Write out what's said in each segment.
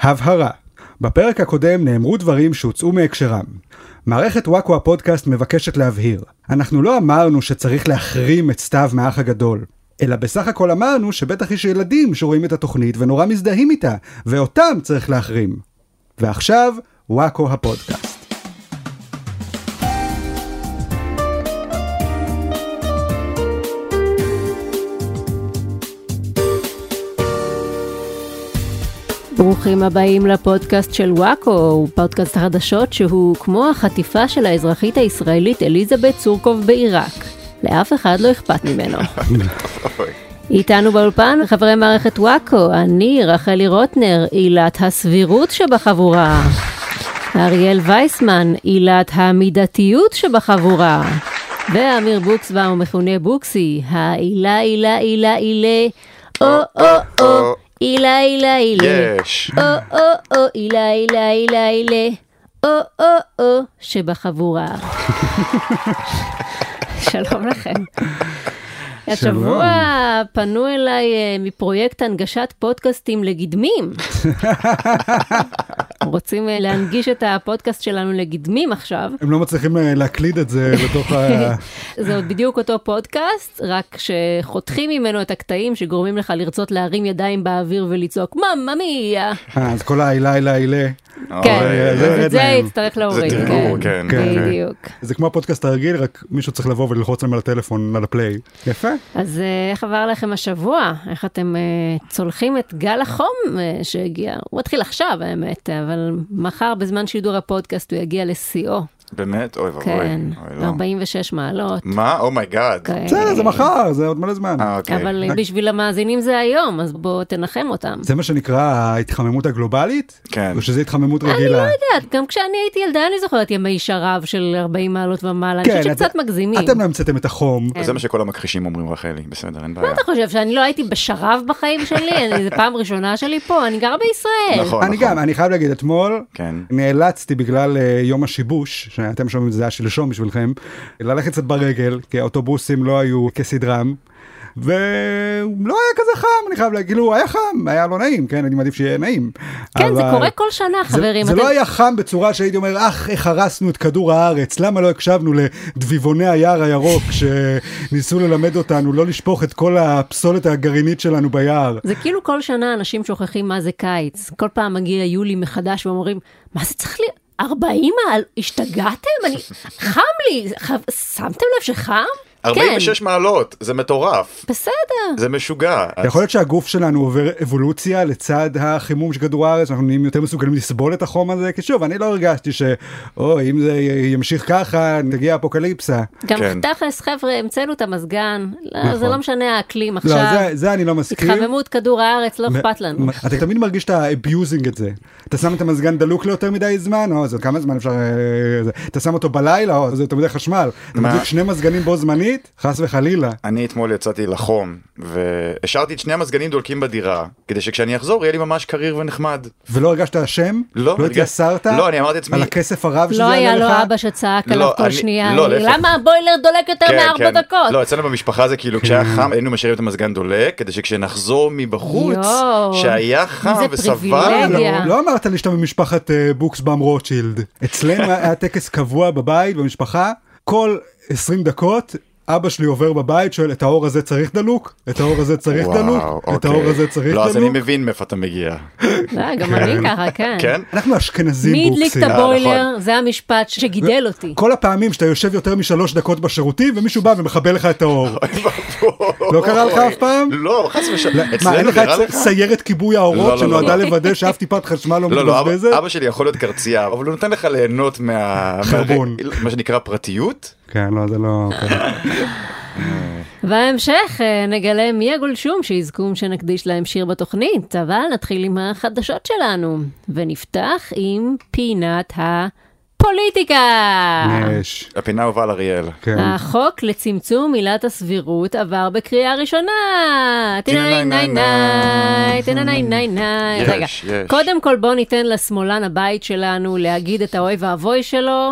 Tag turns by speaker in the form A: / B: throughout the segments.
A: הבהרה בפרק הקודם נאמרו דברים שהוצאו מהקשרם. מערכת וואקו הפודקאסט מבקשת להבהיר. אנחנו לא אמרנו שצריך להחרים את סתיו מהאח הגדול, אלא בסך הכל אמרנו שבטח יש ילדים שרואים את התוכנית ונורא מזדהים איתה, ואותם צריך להחרים. ועכשיו, וואקו הפודקאסט.
B: ברוכים הבאים לפודקאסט של וואקו, פודקאסט החדשות שהוא כמו החטיפה של האזרחית הישראלית אליזבת צורקוב בעיראק. לאף אחד לא אכפת ממנו. איתנו באולפן חברי מערכת וואקו, אני רחלי רוטנר, עילת הסבירות שבחבורה. אריאל וייסמן, עילת המידתיות שבחבורה. ואמיר בוקסבאום, מכונה בוקסי, העילה עילה עילה עילה, או או או, עילה עילה עילה.
C: יש.
B: או או או אילה אילה אילה אילה או או או אה, שבחבורה. שלום לכם. השבוע פנו אליי אה, מפרויקט הנגשת פודקאסטים לגדמים. רוצים אה, להנגיש את הפודקאסט שלנו לגדמים עכשיו.
A: הם לא מצליחים אה, להקליד את זה לתוך ה...
B: זה עוד בדיוק אותו פודקאסט, רק שחותכים ממנו את הקטעים שגורמים לך לרצות להרים ידיים באוויר ולצעוק ממא מיה.
A: אה, אז כל העילה עילה עילה.
C: אה,
B: כן,
C: אוי,
B: אז
A: זה
B: את
A: ירד
B: זה
A: להם.
B: יצטרך להוריד,
C: זה
B: כן,
C: תגבור, כן,
A: כן.
B: בדיוק.
A: זה כמו הפודקאסט הרגיל, רק מישהו צריך לבוא וללחוץ להם על הטלפון, על הפליי. יפה.
B: אז אה, איך עבר לכם השבוע? איך אתם אה, צולחים את גל החום אה, שהגיע? הוא מתחיל עכשיו האמת, אבל מחר בזמן שידור הפודקאסט הוא יגיע לשיאו,
C: באמת? אוי ואבוי.
B: כן,
C: אוי, לא.
B: 46 מעלות.
C: מה? אומייגאד.
B: כן.
A: בסדר, זה מחר, זה עוד מלא זמן.
C: אה, אוקיי.
B: אבל אה, בשביל המאזינים זה היום, אז בואו תנחם אותם.
A: זה מה שנקרא ההתחממות הגלובלית?
C: כן.
A: או שזה התחממות רגילה?
B: לא יודעת, גם כשאני הייתי ילדה אני זוכרת ימי שרב של 40 מעלות ומעלה, אני
A: כן,
B: חושבת שקצת
A: אתם-
B: מגזימים.
A: אתם לא המצאתם את החום.
B: כן.
C: זה מה שכל המכחישים אומרים, רחלי. בסדר, אין בעיה.
B: מה אתה חושב, שאני לא הייתי בשרב בחיים שלי? אני- זו פעם ראשונה שלי פה, אני גרה בישראל.
C: נכון,
A: אני
C: נכון.
A: גם, אני חייב להגיד, אתמול
C: כן.
A: נאלצתי בגלל אה, יום השיבוש, שאתם שומעים את זה היה שלשום בשבילכם, ללכת קצת ברגל, כי האוטובוסים לא היו כסדרם. ולא היה כזה חם, אני חייב להגיד, כאילו היה חם, היה לא נעים, כן, אני מעדיף שיהיה נעים.
B: כן, זה
A: אבל-
B: קורה כל שנה,
A: זה-
B: חברים.
A: זה
B: אתם-
A: לא היה חם בצורה שהייתי אומר, אך, איך הרסנו את כדור הארץ, למה לא הקשבנו לדביבוני היער הירוק שניסו ללמד אותנו לא לשפוך את כל הפסולת הגרעינית שלנו ביער.
B: זה כאילו כל שנה אנשים שוכחים מה זה קיץ. כל פעם מגיע יולי מחדש ואומרים, מה זה צריך להיות? 40 מעל? השתגעתם? אני... חם לי! ח- שמתם לב שחם? כן, אה.
C: 46 מעלות, זה מטורף.
B: בסדר.
C: זה משוגע.
A: יכול להיות שהגוף שלנו עובר אבולוציה לצד החימום של כדור הארץ, אנחנו נהיים יותר מסוגלים לסבול את החום הזה, כי שוב, אני לא הרגשתי ש, אוי, אם זה י- ימשיך ככה, תגיע אפוקליפסה.
B: גם
C: כן.
B: תכלס, חבר'ה, המצאנו את המזגן. לא,
A: נכון.
B: זה לא משנה האקלים
A: לא,
B: עכשיו.
A: זה- זה אני לא מסכים.
B: התחממות כדור הארץ, לא אכפת לנו.
A: מ- אתה תמיד מרגיש שאתה abusing את זה. אתה שם את המזגן דלוק ליותר מדי זמן, או זה כמה זמן אפשר... אה, זה. אתה שם אותו בלילה, או זה תמיד חשמל. אתה
C: מה?
A: מדליק שני מזגנים בו זמנית, חס וחלילה.
C: אני אתמול יצאתי לחום, והשארתי את שני המזגנים דולקים בדירה, כדי שכשאני אחזור יהיה לי ממש קריר ונחמד.
A: ולא הרגשת אשם?
C: לא,
A: לא
C: הרגש-
A: התייסרת?
C: לא, אני אמרתי לעצמי-
A: על הכסף הרב שזה
B: לא
A: עלה
B: היה
A: לך?
B: לו אבא שצעק
C: לא,
B: עליו כל
C: אני-
B: שנייה,
C: לא,
B: אני-
C: להפך. כן,
B: למה הבוילר דולק יותר מארבע דקות?
C: לא, אצלנו במשפחה זה
A: כן.
C: כאילו, כשהיה חם היינו משאירים את המזגן דולק, כדי שכשנחזור מבחוץ,
B: יואו.
C: שהיה חם
B: איזה
C: וסבלנו,
B: פריבילגיה.
A: לא, לא אמרת לי שאתה ממשפחת אה, בוקסבאם רוטשילד. אצלנו היה טקס קבוע בבית, במשפחה, כל 20 דקות. אבא שלי עובר בבית, שואל, את האור הזה צריך דלוק? את האור הזה צריך דלוק? את האור הזה צריך
C: לא,
A: דלוק?
C: אז אני מבין מאיפה אתה מגיע.
B: לא, גם אני ככה, כן.
C: כן?
A: אנחנו אשכנזים
B: מי
A: בוקסים.
B: הדליק את
C: אה,
B: הבוילר?
C: נכון.
B: זה המשפט שגידל אותי.
A: כל הפעמים שאתה יושב יותר משלוש דקות בשירותים ומישהו בא ומכבה לך את האור. לא קרה לך אף פעם?
C: לא, חס ושלום.
A: מה, אין
C: אצלנו
A: לך
C: נראה
A: את
C: לך?
A: סיירת כיבוי
C: לא, לא,
A: האורות
C: לא,
A: שנועדה
C: לא.
A: לוודא שאף טיפת חשמל לא
C: לא, לא, אבא-
A: מתבזבזת?
C: אבא שלי יכול להיות קרצייה, אבל הוא נותן לך ליהנות מה...
A: חרבון.
C: מה- מה שנקרא פרטיות.
A: כן, לא, זה לא...
B: בהמשך אה, נגלה מי הגולשום שיזכו שנקדיש להם שיר בתוכנית, אבל נתחיל עם החדשות שלנו, ונפתח עם פינת הפוליטיקה. אה.
A: יש.
C: הפינה הובאה על אריאל.
A: כן.
B: החוק לצמצום עילת הסבירות עבר בקריאה ראשונה. תנאי נאי נאי, תנאי נאי נאי נאי.
C: יש,
B: רגע,
C: יש.
B: קודם כל בוא ניתן לשמאלן הבית שלנו להגיד את האוי ואבוי שלו,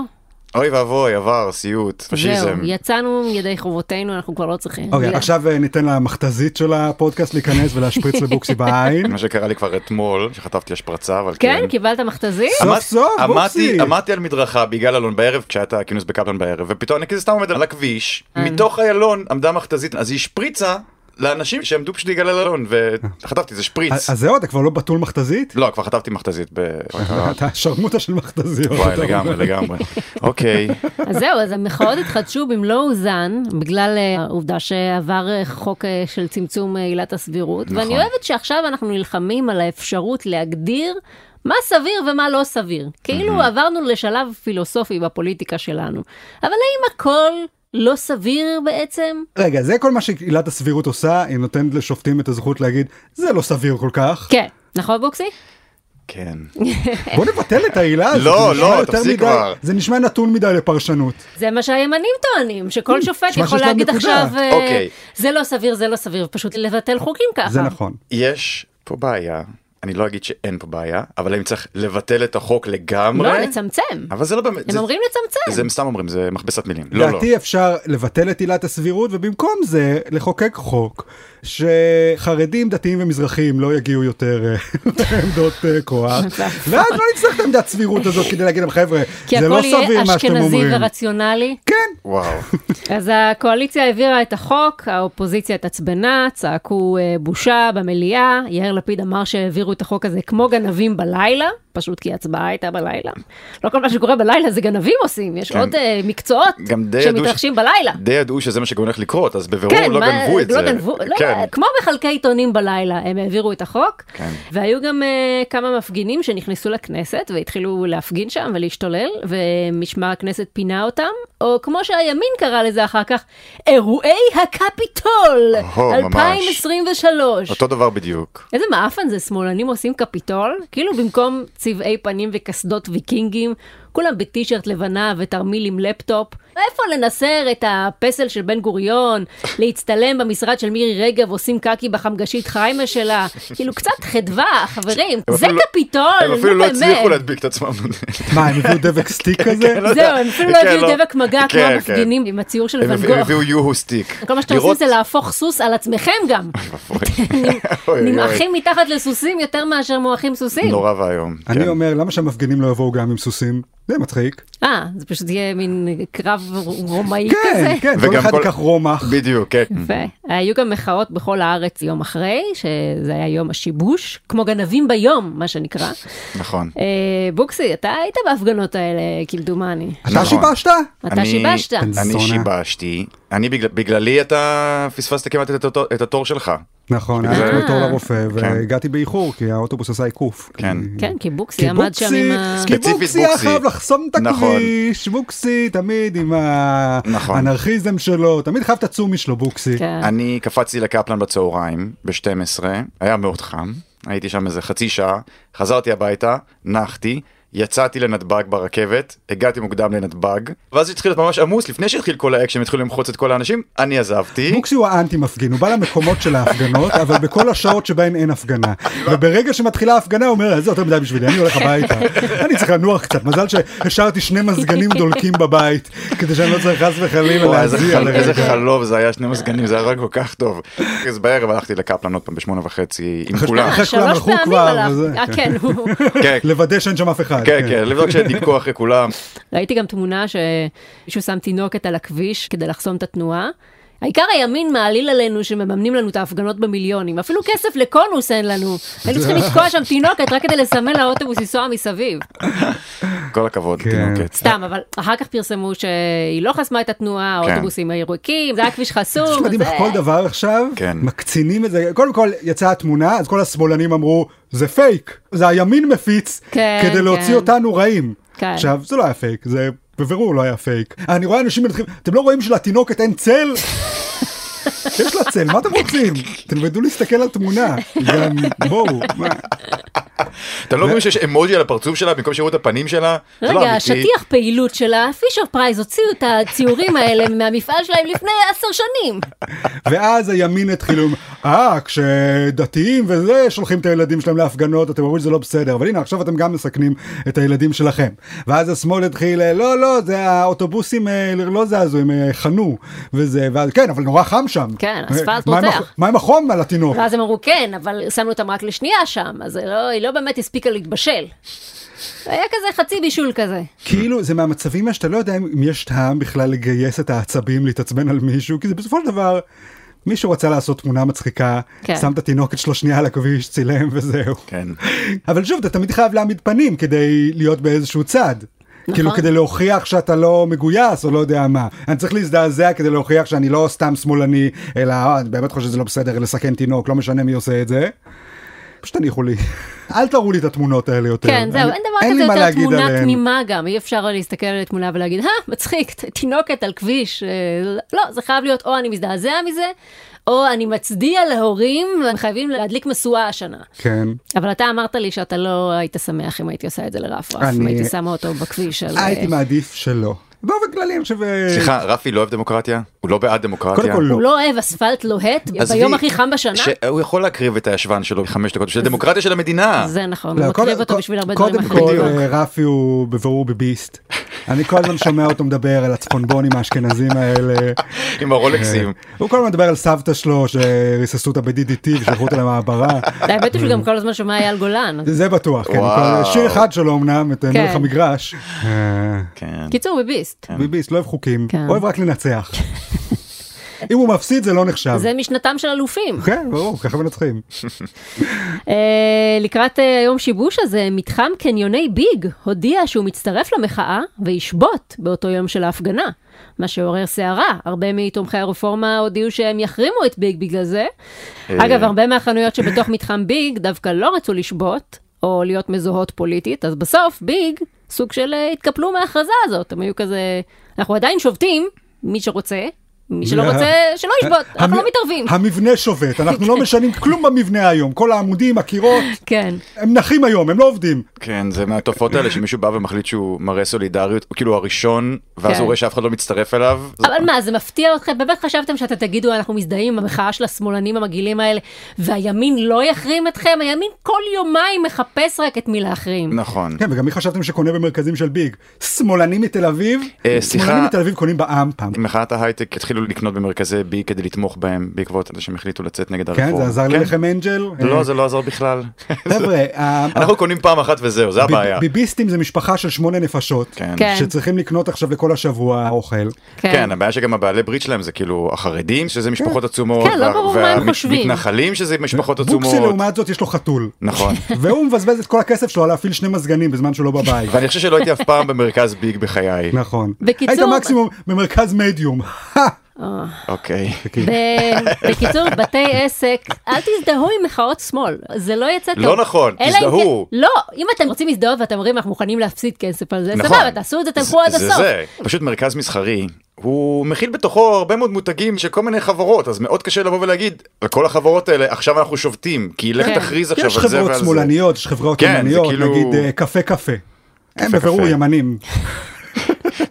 C: אוי ואבוי, עבר, סיוט, פשיזם.
B: זהו, יצאנו ידי חובותינו, אנחנו כבר לא צריכים.
A: אוקיי,
B: לא.
A: עכשיו אה, ניתן למכתזית של הפודקאסט להיכנס ולהשפריץ לבוקסי בעין.
C: מה שקרה לי כבר אתמול, שחטפתי השפרצה, אבל כן.
B: כן, קיבלת מכתזית?
A: סוף סוף,
C: עמדתי-
A: בוקסי.
C: עמדתי על מדרכה ביגאל אלון בערב, כשהיה את הכינוס בקפלן בערב, ופתאום אני כזה סתם עומד על הכביש,
B: כן.
C: מתוך איילון עמדה מכתזית, אז היא השפריצה לאנשים שעמדו פשוט ביגאל אלון, וחטפתי, זה שפריץ.
A: אז זהו, אתה כבר לא בתול מכתזית?
C: לא, כבר חטפתי מכתזית ב...
A: אתה שרמוטה של מכתזיות.
C: וואי,
A: אתה
C: לגמרי,
A: אומר.
C: לגמרי. אוקיי.
B: אז זהו, אז המחאות התחדשו במלוא אוזן, בגלל אה, העובדה שעבר אה, חוק אה, של צמצום אה, עילת הסבירות,
C: נכון.
B: ואני אוהבת שעכשיו אנחנו נלחמים על האפשרות להגדיר מה סביר ומה לא סביר. כאילו עברנו לשלב פילוסופי בפוליטיקה שלנו. אבל האם הכל לא סביר בעצם?
A: רגע, זה כל מה שעילת הסבירות עושה, היא נותנת לשופטים את הזכות להגיד, זה לא סביר כל כך.
B: כן. נכון בוקסי?
C: כן.
A: בוא נבטל את העילה הזאת.
C: לא,
A: זה נשמע
C: לא,
A: יותר
C: תפסיק
A: מדי-
C: כבר.
A: זה נשמע נתון מדי לפרשנות.
B: זה מה שהימנים טוענים, שכל שופט
A: נשמע
B: יכול
A: שיש להם
B: להגיד
A: נקודה.
B: עכשיו, אה,
C: אוקיי.
B: זה לא סביר, זה לא סביר, פשוט לבטל חוקים ככה.
A: זה נכון.
C: יש פה בעיה, אני לא אגיד שאין פה בעיה, אבל אם צריך לבטל את החוק לגמרי...
B: לא, לצמצם.
C: אבל זה לא באמת...
B: הם
C: זה-
B: אומרים כן. לצמצם.
C: זה הם סתם אומרים, זה מכבסת מילים. לא, לא.
A: לדעתי אפשר לבטל את עילת הסבירות ובמקום זה לחוקק חוק שחרדים, דתיים ומזרחים לא יגיעו יותר אה, לעמדות אה, כוח ואז לא נצטרך את העמדת סבירות הזאת כדי להגיד להם חבר'ה
B: כי
A: זה
B: הכל
A: לא
B: יהיה
A: סביר מה שאתם
B: אשכנזי
A: אומרים.
B: ורציונלי.
A: כן,
C: וואו.
B: אז הקואליציה העבירה את החוק, האופוזיציה התעצבנה, צעקו אה, בושה במליאה, יאיר לפיד אמר שהעבירו את החוק הזה כמו גנבים בלילה, פשוט כי ההצבעה הייתה בלילה. לא כל מה שקורה בלילה זה גנבים עושים, יש
C: כן.
B: עוד אה, מקצועות
C: גם די ידעו
B: שמתרחשים
C: ש-
B: בלילה.
C: די ידעו שזה מה שהולך לקרות, אז בבירור לא
B: מה-
C: גנבו את
B: לא
C: זה.
B: גנבו, לא,
C: כן.
B: כמו מחלקי עיתונים בלילה, הם העבירו את החוק,
C: כן.
B: והיו גם uh, כמה מפגינים שנכנסו לכנסת והתחילו להפגין שם ולהשתולל, ומשמר הכנסת פינה אותם, או כמו שהימין קרא לזה אחר כך, אירועי הקפיטול,
C: אוהו, ממש.
B: 2023.
C: אותו דבר בדיוק.
B: איזה מעפן זה, שמאלנים עושים קפיטול? כאילו במקום צבעי פנים וקסדות ויקינגים, כולם בטישרט לבנה ותרמיל עם לפטופ. איפה לנסר את הפסל של בן גוריון, להצטלם במשרד של מירי רגב, עושים קקי בחמגשית חיימה שלה? כאילו קצת חדווה, חברים,
C: הם
B: זה
C: אפילו לא-
B: קפיטול,
C: הם
B: נו
C: אפילו לא הצליחו
B: באמת.
C: להדביק את עצמם.
A: מה הם הביאו דבק סטיק כזה?
C: לא יודע.
B: זהו, הם אפילו לא
C: כן,
B: הביאו
C: לא.
B: דבק מגע כמו
C: כן, כן.
B: המפגינים עם הציור של
C: הם
B: ואן
C: הביאו- הם
B: גוך.
C: הביאו יוהו סטיק.
B: כל מה שאתם עושים זה להפוך סוס על עצמכם גם.
C: אוי, אוי,
B: נמעכים מתחת לסוסים יותר מאשר מועכים סוסים.
C: נורא ואיום.
A: אני
C: כן.
A: אומר למה שהמפגינים לא יבואו גם עם סוסים? זה מצחיק.
B: אה, זה פשוט יהיה מין קרב רומאי כזה.
A: כן, כן, כל
C: וגם
A: אחד
C: כל-
A: ייקח רומח.
C: בדיוק, כן.
B: יפה. היו גם מחאות בכל הארץ יום אחרי, שזה היה יום השיבוש, כמו גנבים ביום, מה שנקרא.
C: נכון.
B: אה, בוקסי, אתה היית בהפגנות האלה, כמדומני.
A: אתה
C: נכון.
A: שיבשת?
B: אתה
C: אני-
B: שיבשת.
C: אני
A: זונה.
C: שיבשתי. אני בגלל- בגללי אתה פספסת כמעט את התור- את התור שלך. כן.
A: נכון,
B: אה.
A: היה
C: זה-
A: לי תור לרופא
C: כן.
A: והגעתי באיחור כי האוטובוס עשה עיקוף.
C: כן.
A: כי-
B: כן, כי בוקסי
A: כי
B: עמד שם
A: בוקסי, כן.
B: עם ה...
A: כי
C: ספציפית
A: בוקסי היה
C: בוקסי.
A: חייב לחסום את
C: נכון.
A: הכביש, בוקסי תמיד עם
C: נכון.
A: האנרכיזם שלו, תמיד חייב את הצומי שלו בוקסי.
B: כן.
C: אני קפצתי לקפלן בצהריים ב-12, היה מאוד חם, הייתי שם איזה חצי שעה, חזרתי הביתה, נחתי, יצאתי לנתב"ג ברכבת, הגעתי מוקדם לנתב"ג, ואז התחיל להיות ממש עמוס, לפני שהתחיל כל האקשן, התחילו למחוץ את כל האנשים, אני עזבתי.
A: בוקסי הוא האנטי מפגין, הוא בא למקומות של ההפגנות, אבל בכל השעות שבהן אין הפגנה. וברגע שמתחילה ההפגנה הוא אומר, "אה, זה יותר מדי בשבילי, אני הולך הביתה. אני צריך לנוח קצת, מזל שהשארתי שני מזגנים דולקים בבית, כדי שאני לא צריך חס וחלילה
C: וואי, איזה
A: להזיע
C: חל- איזה
A: לרגע.
C: חלוב זה היה, שני מזגנים, זה היה רק כל כך טוב. אז בערב הלכתי לקפלן עוד פעם בשמונה וחצי עם כולם.
A: אחרי כולם
B: שלוש
A: הלכו
B: פעמים
A: לא כבר,
B: הלך.
A: וזה,
B: אה,
A: כן.
B: כן, הוא...
C: כן,
A: לוודא שאין שם אף אחד.
C: כן, כן, לבדוק שדיבקו אחרי כולם.
B: ראיתי גם תמונה שמישהו שם תינוקת על הכביש כדי לחסום את התנועה. העיקר הימין מעליל עלינו שמממנים לנו את ההפגנות במיליונים. אפילו כסף לקונוס אין לנו. היינו צריכים לתקוע שם תינוקת רק כדי לסמן לאוטובוס לנסוע מסביב.
C: כל הכבוד,
A: כן.
C: תינוקת.
B: סתם, אבל אחר כך פרסמו שהיא לא חסמה את התנועה,
C: כן.
B: האוטובוסים הירוקים, זה היה כביש חסום.
A: יש מדהים
B: זה-
A: איך כל דבר עכשיו
C: כן.
A: מקצינים את זה קודם כל יצאה התמונה אז כל השמאלנים אמרו זה פייק זה הימין מפיץ
B: כן,
A: כדי להוציא
B: כן.
A: אותנו רעים
B: כן.
A: עכשיו זה לא היה פייק זה בבירור לא היה פייק אני רואה אנשים מנתחים אתם לא רואים שלתינוקת אין צל. יש לה צל מה אתם רוצים תלמדו להסתכל על תמונה גם בואו. מה?
C: אתה לא מבין שיש אמוג'י על הפרצוף שלה במקום שיראו את הפנים שלה? זה לא
B: רגע,
C: אמיתי.
B: השטיח פעילות שלה, פישר פרייז הוציאו את הציורים האלה מהמפעל שלהם לפני עשר שנים.
A: ואז הימין התחילו, אה, כשדתיים וזה, שולחים את הילדים שלהם להפגנות, אתם אומרים שזה לא בסדר, אבל הנה, עכשיו אתם גם מסכנים את הילדים שלכם. ואז השמאל התחיל, "אה, לא, לא, זה האוטובוסים אה, לא זזו, הם אה, חנו, וזה, ואז, כן, אבל נורא חם שם. אה,
B: כן, אספלט
A: מה עם
B: רותח.
A: הח- מה עם החום על התינוק?
B: ואז הם אמרו, כן, אבל שמנו אותם רק לשנייה שם, אז זה לא- היא לא באמת הספיקה להתבשל. היה כזה חצי בישול כזה.
A: כאילו זה מהמצבים האלה שאתה לא יודע אם אם יש טעם בכלל לגייס את העצבים להתעצבן על מישהו כי זה בסופו של דבר מישהו רצה לעשות תמונה מצחיקה
B: כן.
A: שם את התינוקת שלו שנייה על הכביש צילם וזהו.
C: כן.
A: אבל שוב אתה תמיד חייב להעמיד פנים כדי להיות באיזשהו צד. נכון. כאילו כדי להוכיח שאתה לא מגויס או לא יודע מה. אני צריך להזדעזע כדי להוכיח שאני לא סתם שמאלני אלא "אה, אני באמת חושב שזה לא בסדר לסכן תינוק לא משנה מי עושה את זה. פשוט תניחו לי. אל תראו לי את התמונות האלה יותר.
B: כן, זהו,
A: אני-
B: אין
A: אין לי מה
B: דבר כזה יותר
A: להגיד
B: תמונה
A: עליהן.
B: תמימה גם, אי אפשר לא להסתכל על תמונה ולהגיד, אה, מצחיק, ת- תינוקת על כביש. אה, לא, זה חייב להיות או אני מזדעזע מזה, או אני מצדיע להורים, והם חייבים להדליק משואה השנה.
A: כן.
B: אבל אתה אמרת לי שאתה לא היית שמח אם הייתי עושה את זה לרפרף,
A: אני-
B: אם הייתי שמה אותו בכביש. על-
A: אה,
B: אה,
A: הייתי מעדיף שלא. באופן כללי אני חושב... אה,
C: סליחה, רפי לא אוהב דמוקרטיה? הוא לא בעד דמוקרטיה?
A: קודם כל לא.
B: הוא לא אוהב אספלט לוהט
C: עזבי,
B: ביום הכי חם בשנה?
C: שהוא יכול להקריב את הישבן שלו בחמש דקות, שזה דמוקרטיה של המדינה.
B: זה נכון,
A: לא,
B: הוא
A: קודם-
B: מקריב אותו
A: קוד-
B: בשביל הרבה דברים
A: קודם
B: אחרים.
A: כל
B: בדיוק.
A: אה, רפי הוא בבירור ביביסט. אני כל הזמן שומע אותו מדבר על הצפונבונים האשכנזים האלה. אה,
C: עם הרולקסים.
A: הוא כל הזמן מדבר על סבתא שלו שריססו אותה ב-DDT ושלחו אותה למעברה.
B: האמת
A: אה.
B: היא שהוא גם כל הזמן שומע אייל גולן.
A: זה בטוח, כן.
C: וואו.
A: כל- שיר אחד שלו אמנם, את
B: כן.
A: מלך המגרש. אה,
C: כן.
B: קיצור, ביביסט.
A: ביביסט לא אוהב חוקים,
B: כן.
A: אוהב רק לנצח. אם הוא מפסיד זה לא נחשב.
B: זה משנתם של אלופים.
A: כן, ברור, ככה מנצחים.
B: אה, לקראת אה, יום שיבוש הזה, מתחם קניוני ביג הודיע שהוא מצטרף למחאה וישבות באותו יום של ההפגנה, מה שעורר סערה. הרבה מתומכי הרפורמה הודיעו שהם יחרימו את ביג בגלל זה.
C: אה.
B: אגב, הרבה מהחנויות שבתוך מתחם ביג דווקא לא רצו לשבות או להיות מזוהות פוליטית, אז בסוף ביג סוג של אה, התקפלו מההכרזה הזאת. הם היו כזה, אנחנו עדיין שובתים, מי שרוצה. מי שלא
A: לא.
B: רוצה, שלא ישבות, אנחנו
A: המ-
B: לא מתערבים.
A: המבנה שובת, אנחנו לא משנים כלום במבנה היום, כל העמודים, הקירות,
B: כן.
A: הם נחים היום, הם לא עובדים.
C: כן, זה מהתופעות האלה שמישהו בא ומחליט שהוא מראה סולידריות, הוא כאילו הראשון, ואז
B: כן.
C: הוא רואה שאף אחד לא מצטרף אליו. זה-
B: אבל מה, זה מפתיע אתכם? באמת חשבתם שאתם תגידו, אנחנו מזדהים עם המחאה של השמאלנים המגעילים האלה, והימין לא יחרים אתכם? הימין כל יומיים מחפש רק את מי להחרים.
C: נכון.
A: כן, וגם מי חשבתם שקונה במרכזים של ביג? שמאלנים מתל אביב?
C: אה, סליחה. נכון.
A: שמאלנים מתל אביב קונים בעם פעם.
C: מחאת ההייטק התחילו לקנות במרכזי בי כדי לתמוך בהם בעקבות זה שהם החליטו לצאת נגד
A: כן,
C: הרפורמה.
A: זה עזר ללחם אנג'ל? אה,
C: לא, זה לא עזר בכלל.
A: חבר'ה, ה-
C: אנחנו קונים פעם אחת וזהו, זה
A: ב-
C: הבעיה.
A: ביביסטים זה משפחה של שמונה נפשות.
C: כן.
B: כן.
A: שצריכים לקנות עכשיו לכל השבוע אוכל.
C: כן, הבעיה שגם הבעלי ברית שלהם זה כאילו החרדים, שזה משפחות עצומות,
B: כן, לא ברור מה הם חושבים.
C: והמתנחלים שזה משפחות
A: בוקסי
C: עצומות.
A: לעומת זאת יש לו חתול.
C: נכון.
A: והוא מבזבז את כל הכסף שלו על להפעיל שני מזגנים בזמן שהוא לא בבית.
C: ואני חושב שלא הייתי אף פעם במרכז ביג בחיי.
A: נכון.
B: בקיצור-
A: היית מקסימום במרכז מדיום.
C: אוקיי.
B: ב- בקיצור, בתי עסק, אל תזדהו עם מחאות שמאל, זה לא יצא טוב.
C: לא נכון,
B: אלא אם
C: תזדהו.
B: כן- לא, אם אתם רוצים להזדהות ואתם אומרים, אנחנו מוכנים להפסיד כסף על זה,
C: נכון.
B: סבבה, תעשו את זה, תלכו עד
C: זה- זה
B: הסוף.
C: זה, פשוט מרכז מסחרי. הוא מכיל בתוכו הרבה מאוד מותגים של כל מיני חברות, אז מאוד קשה לבוא ולהגיד, כל החברות האלה, עכשיו אנחנו שובתים, כי לך
B: כן.
C: תכריז עכשיו על
A: יש
C: זה ועל זה.
A: חברות שמאלניות, יש חברות
C: כן, זה
A: ימניות,
C: כאילו-
A: נגיד אה, קפה קפה. הם
C: קפה.
A: בבירור ימנים.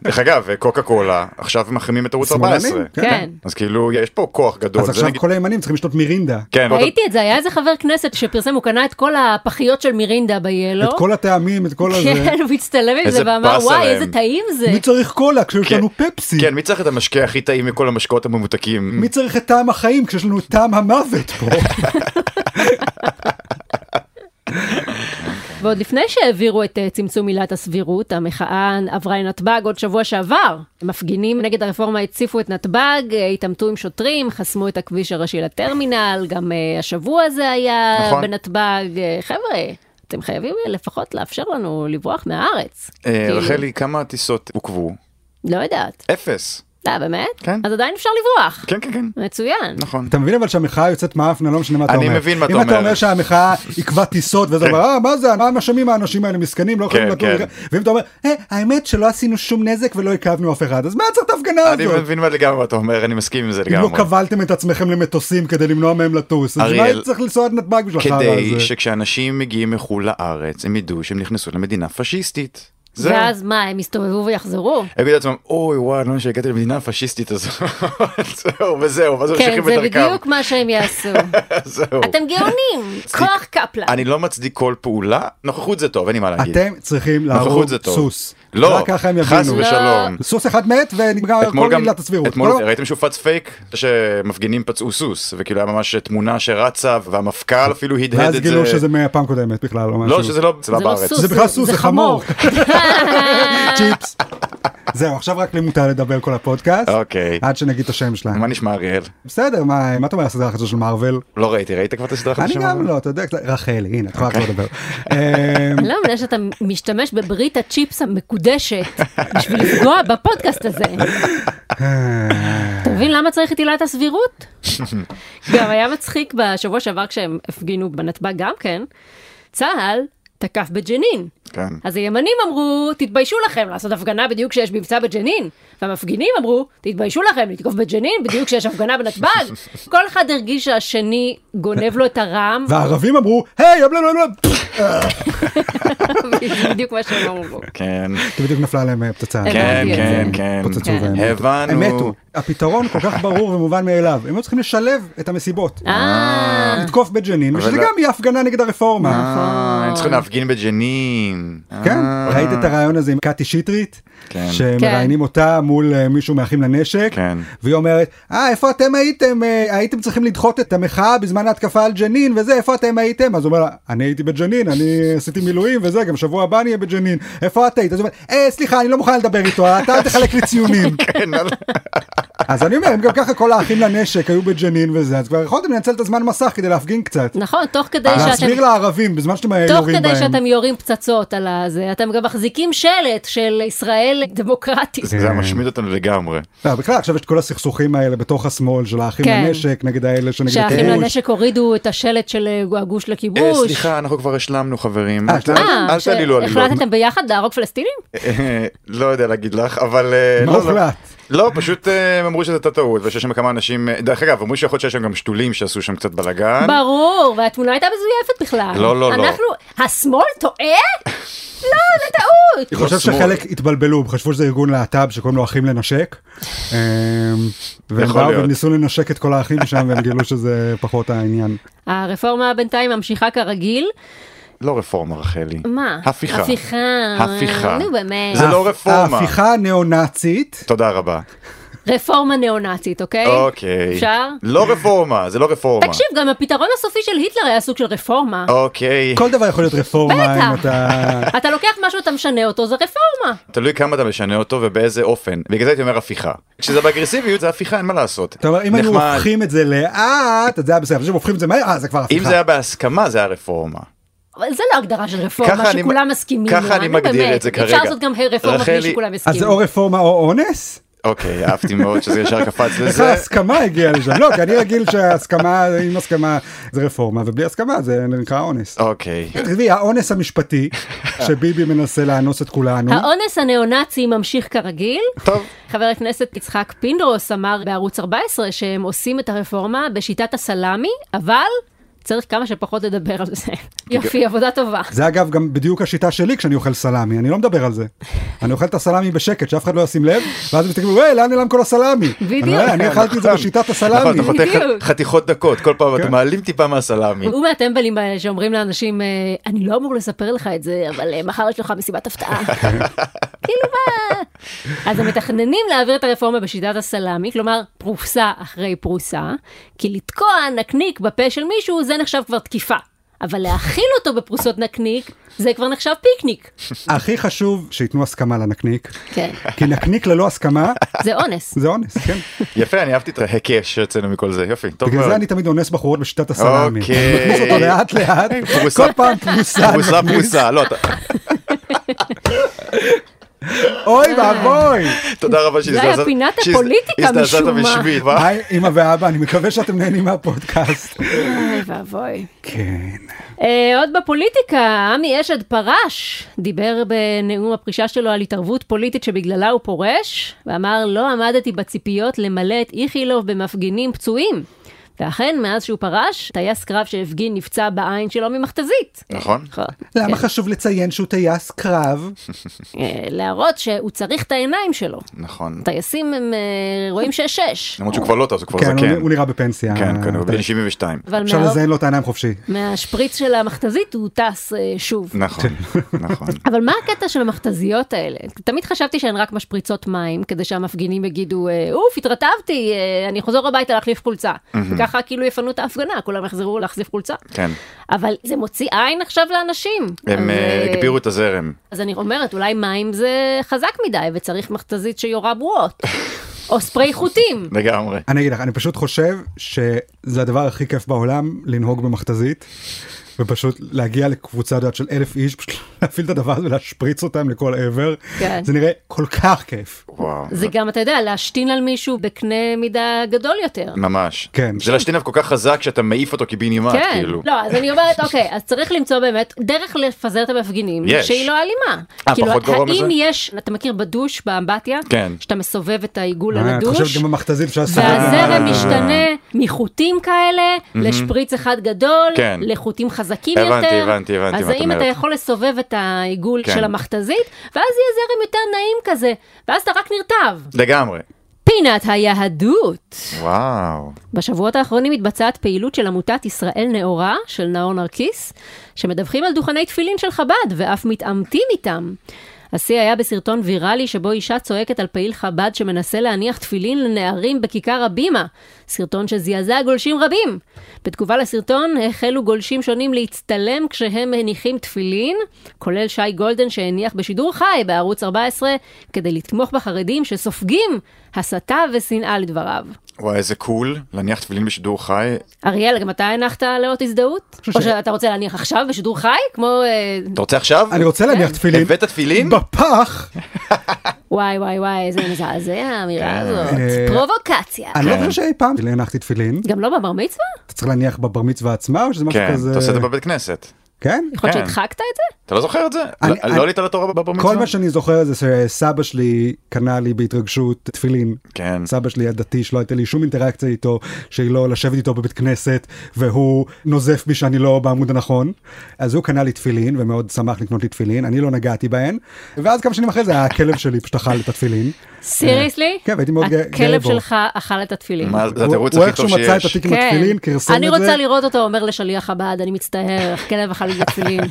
C: דרך אגב, קוקה קולה, עכשיו מחרימים את ערוץ
A: שמאלנים,
C: 14.
B: כן.
C: אז כאילו, יש פה כוח גדול.
A: אז
C: זה
A: עכשיו
C: נגיד-
A: כל הימנים צריכים לשתות מירינדה.
C: כן, ועוד-
B: ראיתי את זה, היה איזה חבר כנסת שפרסם, הוא קנה את כל הפחיות של מירינדה
A: את
B: ביאלו.
A: כל הטעמים, את כל הזה.
B: לא? כן, הוא הצטלם עם
C: איזה
B: זה ואמר,
C: באס
B: וואי,
C: עליהם."
B: איזה טעים זה.
A: מי צריך קולה כשיש
C: כן.
A: לנו פפסי?
C: כן, מי צריך את המשקה הכי טעים מכל המשקאות הממותקים?
A: מי צריך את טעם החיים כשיש לנו את טעם המוות פה?
B: ועוד לפני שהעבירו את אה, צמצום עילת הסבירות, המחאה עברה לנתב"ג עוד שבוע שעבר. מפגינים נגד הרפורמה הציפו את נתב"ג, אה, התעמתו עם שוטרים, חסמו את הכביש הראשי לטרמינל, גם אה, השבוע זה היה
C: נכון.
B: בנתב"ג. אה, חבר'ה, אתם חייבים אה, לפחות לאפשר לנו לברוח מהארץ.
C: אה,
B: כאילו,
C: רחלי, כמה טיסות עוכבו?
B: לא יודעת.
C: אפס.
B: אה, באמת?
C: כן.
B: אז עדיין אפשר לברוח.
C: כן, כן, כן.
B: מצוין.
C: נכון.
A: אתה מבין אבל שהמחאה יוצאת מהאפנה, לא משנה מה אתה
C: אני
A: אומר.
C: מבין מה אתה
A: אם אתה
C: אומר.
A: אומר שהמחאה עיכבה טיסות, וזה אומר, אה, מה זה, מה הם אשמים האנשים האלה, מסכנים, לא יכולים
C: כן,
A: לטוס.
C: כן.
A: ואם אתה אומר, "אה, האמת שלא עשינו שום נזק ולא עיכבנו אף אחד, אז מה צריך את ההפגנה
C: אני
A: הזאת?
C: מבין מה לגמרי אתה אומר, אני מסכים עם זה
A: אם לא
C: לגמרי.
A: כבלתם את עצמכם למטוסים כדי למנוע מהם לטוס, אז
C: אריאל,
A: מה צריך לנסוע עד נתב"ג בשביל החרא
C: כדי
A: הזה?
C: שכשאנשים מגיעים מחו"ל לארץ, הם ידעו שהם נכנסו למדינה פשיסטית. זהו.
B: ואז מה, הם יסתובבו ויחזרו?
C: הם יגידו לעצמם, אוי וואי, לא שהגעתי למדינה הפשיסטית הזאת. זהו, וזהו, ואז הם
B: כן,
C: ממשיכים
B: זה
C: בדרכם.
B: בדיוק מה שהם יעשו.
C: זהו.
B: אתם גאונים, כוח קפלן.
C: אני לא מצדיק כל פעולה, נוכחות זה טוב, אין לי מה להגיד.
A: אתם צריכים להרוג
C: נוכחות זה טוב.
A: סוס.
C: לא,
A: רק ככה הם
C: חס
A: יבינו.
B: לא.
C: ושלום.
A: סוס אחד מת ונגמר
C: אתמול
A: כל
C: גם,
A: מגילת הסבירות. לא?
C: אתמול
A: כל-
C: ראיתם שהופץ פייק שמפגינים פצעו סוס, וכאילו היה ממש תמונה שרצה, והמפכ"ל אפילו הדהד
A: ואז
C: את
A: גילו
C: זה.
A: שזה מהפעם קודמת בכלל, או משהו.
C: לא, שזה לא צבא
B: זה לא
C: בארץ.
B: סוס,
A: זה בכלל סוס, זה חמור. צ'יפס. זהו, עכשיו רק לי מותר לדבר כל הפודקאסט.
C: אוקיי.
A: עד שנגיד את השם שלהם.
C: מה נשמע אריאל?
A: בסדר, מה מה אתה אומר על הסדרה החדשה של מארוול?
C: לא ראיתי, ראית כבר את הסדרה
A: אני
C: החדשה?
A: גם לא, אתה יודע, קצת- רחל, הנה, את יכולה
C: אוקיי.
A: כבר לדבר. אמ,
B: אני לא מבינה שאתה משתמש בברית הצ'יפס המקודשת בשביל לפגוע בפודקאסט הזה. אתה מבין למה צריך את עילת הסבירות? גם היה מצחיק בשבוע שעבר כשהם הפגינו בנתב"ג גם כן, צה"ל תקף בג'נין.
C: כן.
B: אז הימנים אמרו, תתביישו לכם לעשות הפגנה בדיוק כשיש מבצע בג'נין. והמפגינים אמרו, תתביישו לכם לתקוף בג'נין בדיוק כשיש הפגנה בנתב"ג. כל אחד הרגיש שהשני גונב לו את הרעם,
A: והערבים אמרו, היי, יבלם, יבלם.
B: זה בדיוק מה שהם אמרו.
C: כן,
A: כי בדיוק נפלה עליהם אה, פצצה.
C: כן,
B: הבנתי את
C: כן,
B: זה.
C: כן.
A: פוצצו
B: כן.
A: והם... הם מתו.
C: הבנו.
A: הפתרון כל כך ברור ומובן מאליו. הם היו צריכים לשלב את המסיבות.
B: אה,
A: לתקוף בג'נין, ושזה
C: אבל-
A: גם יהיה הפגנה נגד הרפורמה.
C: אה, הם
B: נכון.
C: צריכים להפגין בג'נין.
A: כן,
C: אה,
A: ראית את הרעיון הזה עם קטי שטרית?
C: כן.
A: שמראיינים אותה מול אה, מישהו מאחים לנשק,
C: כן.
A: והיא אומרת, אה, איפה אתם הייתם? אה, הייתם צריכים לדחות את המחאה בזמן ההתקפה על ג'נין וזה, איפה אתם הייתם? אז הוא אומר לה, אני הייתי בג'נין, אני עשיתי מילואים וזה, גם שבוע הבא אני אהיה בג'נין, איפה את היית? אז הוא אומר, אה, סליחה, אני לא מוכן לדבר איתו, אתה אל תחלק לי ציונים.
C: כן, לא-
A: אז אני אומר, אם גם ככה כל האחים לנשק היו בג'נין וזה, אז כבר יכולתם לנצל את הזמן מסך כדי להפגין קצת.
B: נכון, תוך כדי שאתם...
A: להסביר לערבים בזמן שאתם יורים בהם.
B: תוך כדי שאתם יורים פצצות על הזה, אתם גם מחזיקים שלט של ישראל דמוקרטית.
C: זה היה משמיד אותנו לגמרי.
A: לא, בכלל עכשיו יש את כל הסכסוכים האלה בתוך השמאל של האחים
B: כן.
A: לנשק נגד האלה שנגד
B: שהאחים
A: הכיבוש.
B: לנשק הורידו את השלט של אה, הגוש
C: אה,
B: לכיבוש.
C: סליחה, אנחנו כבר השלמנו חברים.
A: אה,
C: אל ת-
A: השלמנו?
C: אל תעלילו עלילות.
B: החלטתם ביחד להרוג פלסטינים?
C: אה, לא יודע להגיד לך, אבל... אה,
A: מה
C: לא,
A: הוחלט?
C: לא, לא, פשוט אה, הם אמרו שזו הייתה טעות, ושיש שם כמה אנשים... אה, דרך אגב, אמרו שיכול להיות שיש שם גם שתולים שעשו שם קצת בלאגן.
B: ברור, והתמונה הייתה מזויפת בכלל.
C: לא, לא, לא.
B: אנחנו, השמאל טועה? לא, זה טעות.
A: אני חושב
C: לא שמאל.
A: שחלק התבלבלו, הם חשבו שזה ארגון להט"ב שקוראים לו אחים לנשק. אמ, והם באו
C: יכול להיות.
A: והם ניסו לנשק את כל האחים שם והם גילו שזה פחות העניין.
B: הרפורמה בינתיים ממשיכה כרגיל.
C: לא רפורמה, רחלי.
B: מה?
C: הפיכה.
B: הפיכה.
C: הפיכה.
B: נו באמת.
C: זה לא
A: ההפ-
C: רפורמה.
A: ההפיכה הניאו-נאצית,
C: תודה רבה.
B: רפורמה ניאו-נאצית, אוקיי?
C: אוקיי.
B: אפשר?
C: לא רפורמה, זה לא רפורמה.
B: תקשיב, גם הפתרון הסופי של היטלר היה סוג של רפורמה.
C: אוקיי.
A: כל דבר יכול להיות רפורמה אם
B: בטח.
A: אתה...
C: אה.
B: אתה לוקח משהו, אתה משנה אותו, זה רפורמה.
C: תלוי כמה אתה משנה אותו ובאיזה אופן. בגלל זה הייתי אומר הפיכה. כשזה באגרסיביות זה הפיכה, אין מה לעשות.
A: אתה אומר, אם היו
C: נחמד.
A: הופכים את זה לאט, אז זה היה בסדר, אבל אם הופכים את זה מהר, אה, זה כבר
C: אם
A: הפיכה.
C: זה היה בהסכמה זה היה רפורמה.
B: אבל זה לא הגדרה של רפורמה
C: ככה אני-
B: שכולם מסכימים לה.
C: ככה אני
B: נו,
C: מגדיר
B: באמת.
C: את זה כרגע.
B: אפשר לעשות גם רפורמה בלי
C: רחלי-
B: שכולם
A: אז זה
B: יסכימו.
A: או רפורמה או אונס?
C: אוקיי, אהבתי מאוד שזה ישר קפץ
A: איך
C: לזה.
A: ההסכמה הגיעה לשם? לא, כי אני רגיל שההסכמה, עם הסכמה זה רפורמה, ובלי הסכמה זה נקרא אונס.
C: אוקיי.
A: תראי, האונס המשפטי, שביבי מנסה לאנוס את כולנו,
B: האונס הניאו-נאצי ממשיך כרגיל.
C: טוב.
B: חבר הכנסת יצחק פינדרוס אמר בערוץ 14 שהם עושים את הרפורמה בשיטת הסלאמי, אבל צריך כמה שפחות לדבר על זה. יופי, עבודה טובה.
A: זה אגב גם בדיוק השיטה שלי כשאני אוכל סלמי, אני לא מדבר על זה. אני אוכל את הסלמי בשקט, שאף אחד לא ישים לב, ואז מסתכלים, וואי, לאן נעלם כל הסלמי? אני אומר, "אה, אני אכלתי את זה בשיטת
C: נכון,
A: הסלמי. כן.
C: אתה חותך
B: בדיוק.
C: חתיכות דקות, כל פעם אתם מעלים טיפה מהסלמי.
B: הוא מהטמבלים האלה שאומרים לאנשים, אה, אני לא אמור לספר לך את זה, אבל אה, מחר יש לך מסיבת הפתעה. כאילו מה? אז הם מתכננים להעביר את הרפורמה בשיטת הסלאמי, כלומר פרוסה אחרי פרוסה, כי לתקוע נקניק בפה של מישהו זה נחשב כבר תקיפה. אבל להאכיל אותו בפרוסות נקניק, זה כבר נחשב פיקניק.
A: הכי חשוב שייתנו הסכמה לנקניק,
B: כן.
A: כי נקניק ללא הסכמה
B: זה אונס.
A: זה אונס, כן.
C: יפה, אני אהבתי את ההיקש שיוצאנו מכל זה, יופי, טוב
A: בגלל
C: מאוד.
A: זה אני תמיד אונס בחורות בשיטת הסלמי.
C: אוקיי.
A: מכניס אותו לאט לאט,
C: פרוסה.
A: כל פעם פרוסה.
C: פרוסה
A: מכניס.
C: פרוסה, לא, אתה-
A: אוי ואבוי!
C: תודה רבה
B: זה היה פינת הפוליטיקה משום מה.
C: בשמי, מה?
A: היי, אמא ואבא, אני מקווה שאתם נהנים מהפודקאסט.
B: אוי ואבוי.
A: כן.
B: אה, עוד בפוליטיקה, עמי אשד פרש, דיבר בנאום הפרישה שלו על התערבות פוליטית שבגללה הוא פורש, ואמר לא עמדתי בציפיות למלא את איכילוב במפגינים פצועים. ואכן, מאז שהוא פרש, טייס קרב שהפגין נפצע בעין שלו ממכתזית.
C: נכון.
B: נכון.
A: למה חשוב לציין שהוא טייס קרב?
B: אה, להראות שהוא צריך את העיניים שלו.
C: נכון.
B: טייסים הם אה, רואים שש שש.
C: למרות שהוא כבר לא טס, הוא כבר
A: כן, הוא-
C: זקן.
A: הוא נראה בפנסיה.
C: כן, כן, הוא
A: אתה-
C: בן 72.
B: אבל
A: אפשר
B: מה-
A: לזיין לו את העיניים חופשי.
B: מהשפריץ של המכתזית הוא טס אה, שוב.
C: נכון, נכון.
B: אבל מה הקטע של המכתזיות האלה? תמיד חשבתי שהן רק משפריצות מים, כדי שהמפגינים יגידו, אה, אוף, התרטבתי, אה, אני חוזר הביתה להחליף חולצה. וככה כאילו יפנו את ההפגנה, כולם יחזרו להחזיף חולצה.
C: כן.
B: אבל זה מוציא עין עכשיו לאנשים.
C: הם
B: אז,
C: אה,
B: אה,
C: הגבירו את הזרם.
B: אז אני אומרת, אולי מים זה חזק מדי, וצריך מכתזית שיורה בועות. או ספרי חוטים.
C: לגמרי.
A: אני אגיד לך, אני פשוט חושב שזה הדבר הכי כיף בעולם, לנהוג במכתזית, ופשוט להגיע לקבוצה דעת של אלף איש, פשוט להפעיל את הדבר הזה ולהשפריץ אותם לכל עבר.
B: כן.
A: זה נראה כל כך כיף.
C: וואו.
B: זה גם, אתה יודע, להשתין על מישהו בקנה מידה גדול יותר.
C: ממש.
A: כן.
C: זה להשתין עליו כל כך חזק שאתה מעיף אותו קיבינימט,
B: כן,
C: כאילו.
B: לא, אז אני אומרת, אוקיי, אז צריך למצוא באמת דרך לפזר את המפגינים,
C: יש.
B: שהיא לא אלימה.
C: אה, פחות גרוע
B: האם
C: מזה?
B: יש, אתה מכיר בדוש, באמבטיה?
C: כן.
B: שאתה מסובב את העיגול על
A: אה, את חושבת
B: הדוש?
A: גם במכתזית אפשר לעשות את זה?
C: אה.
B: והזרם משתנה מחוטים כאלה לשפריץ אחד גדול,
C: כן.
B: לחוטים חזקים יותר.
C: הבנתי, הבנתי, הבנתי
B: אז
C: מה את
B: האם אתה
C: אומרת.
B: יכול לסובב את העיגול
C: כן.
B: של המכתזית, ואז יהיה זרם יותר נעים כזה, ואז אתה רק נרטב.
C: לגמרי.
B: פינת היהדות.
C: וואו.
B: בשבועות האחרונים מתבצעת פעילות של עמותת ישראל נאורה, של נאור נרקיס, שמדווחים על דוכני תפילין של חב"ד, ואף מתעמתים איתם. השיא היה בסרטון ויראלי שבו אישה צועקת על פעיל חב"ד שמנסה להניח תפילין לנערים בכיכר הבימה. סרטון שזעזע גולשים רבים. בתגובה לסרטון החלו גולשים שונים להצטלם כשהם מניחים תפילין, כולל שי גולדן שהניח בשידור חי בערוץ 14 כדי לתמוך בחרדים שסופגים הסתה ושנאה לדבריו.
C: וואי, איזה קול. להניח תפילין בשידור חי.
B: אריאל, גם אתה הנחת לאות הזדהות?
A: חושב
B: או
A: ש-
B: שאתה רוצה להניח עכשיו בשידור חי? כמו... אה,
C: אתה רוצה עכשיו?
A: אני רוצה להניח תפילין.
C: הבאת תפילין?
A: בפח.
B: וואי וואי וואי, איזה מזעזע האמירה הזאת.
A: אה,
B: פרובוקציה.
A: אני
C: כן.
A: לא חושב שאי פעם הנחתי תפילין.
B: גם לא בבר מצווה?
A: אתה צריך להניח בבר מצווה עצמה, או שזה משהו
C: כן,
A: כזה...
C: אתה עושה את זה בבית כנסת.
A: כן? אה,
B: יכול להיות
C: כן.
B: שהדחקת את זה?
C: אתה לא זוכר את זה?
A: אני-
C: לא-
A: אני-
C: לא עלית לתורה בבר מצווה?
A: כל מה שאני זוכר זה שסבא שלי קנה לי בהתרגשות תפילין.
C: כן.
A: סבא שלי הדתי שלא הייתה לי שום אינטראקציה איתו, שהיא לא לשבת איתו בבית כנסת, והוא נוזף בי שאני לא בעמוד הנכון. אז הוא קנה לי תפילין, ומאוד שמח לקנות לי תפילין, אני לא נגעתי בהן. ואז כמה שנים אחרי זה הכלב שלי פשוט אכל את התפילין.
B: סיריסלי?
A: כן, והייתי מאוד גאה גאה בו.
B: הכלב שלך אכל את התפילין.
C: מה, זה
A: הוא-
C: התירוץ
A: הוא
C: הכי טוב
A: איכשהו מצא את
C: שיש.
A: התיק עם התפילין, כרסם את זה.
B: כן. אני רוצה לראות אותו אומר לשליח חב"ד, אני מצטער, הכלב אכל לי את התפילין.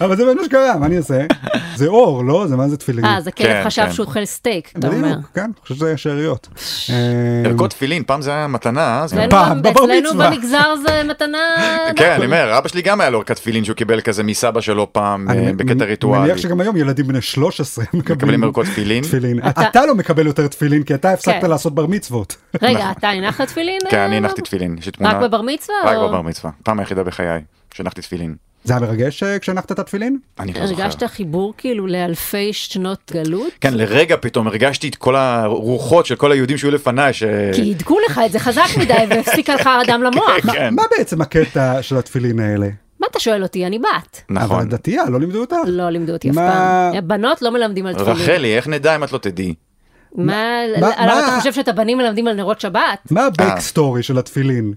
A: אבל זה באמת מה שקרה, מה אני אעשה? זה אור, לא? זה מה זה תפילין?
B: אה, אז הכלב
C: כן,
B: חשב
C: כן.
B: שהוא אוכל סטייק, אתה
A: בדיוק,
B: אומר.
A: כן, אני חושב שזה היה שאריות. אה,
C: ערכות תפילין, פעם זה היה מתנה, אז...
B: אצלנו
A: פעם,
B: גם-
A: בבר
B: אצלנו
A: מצווה.
B: במגזר זה מתנה...
C: כן, אני אומר, אבא שלי גם היה לו ערכת תפילין שהוא קיבל כזה מסבא שלו פעם אה, בקטע
A: אני
C: ריטואלי.
A: מניח שגם היום ילדים בני 13 מקבלים
C: מקבלים ערכות תפילין.
A: תפילין. אתה לא מקבל יותר תפילין, כי אתה הפסקת
B: כן.
A: לעשות בר מצוות.
B: רגע, אתה הנחת תפילין?
C: כן,
B: אה,
C: אני הנחתי תפילין. יש לי תמונה.
B: רק בבר מצווה?
C: רק
B: או-
C: בבר מצווה. פעם היחידה בחיי שהנחתי תפילין.
A: זה היה מרגש אה, כשהנחת את התפילין?
C: אני לא זוכר.
B: הרגשת חיבור כאילו לאלפי שנות גלות?
C: כן, לרגע פתאום הרגשתי את כל הרוחות של כל היהודים שהיו לפניי, ש...
B: כי הידקו לך את זה חזק מדי והפסיק לך הדם למוח.
A: מה-
C: כן.
A: מה בעצם הקטע של התפילין האלה?
B: מה אתה שואל אותי? אני בת.
A: אבל
C: נכון.
A: דתייה, לא לימדו אותך.
B: לא לימדו אותי אף
A: מה-
B: פעם. בנות לא מלמדים על תפילין.
C: רחלי, איך נדע אם את לא תדעי?
B: מה,
A: מה-
B: למה
A: מה-
B: אתה חושב שאת הבנים מלמדים על נרות שבת?
A: מה הבקסטורי של התפילין?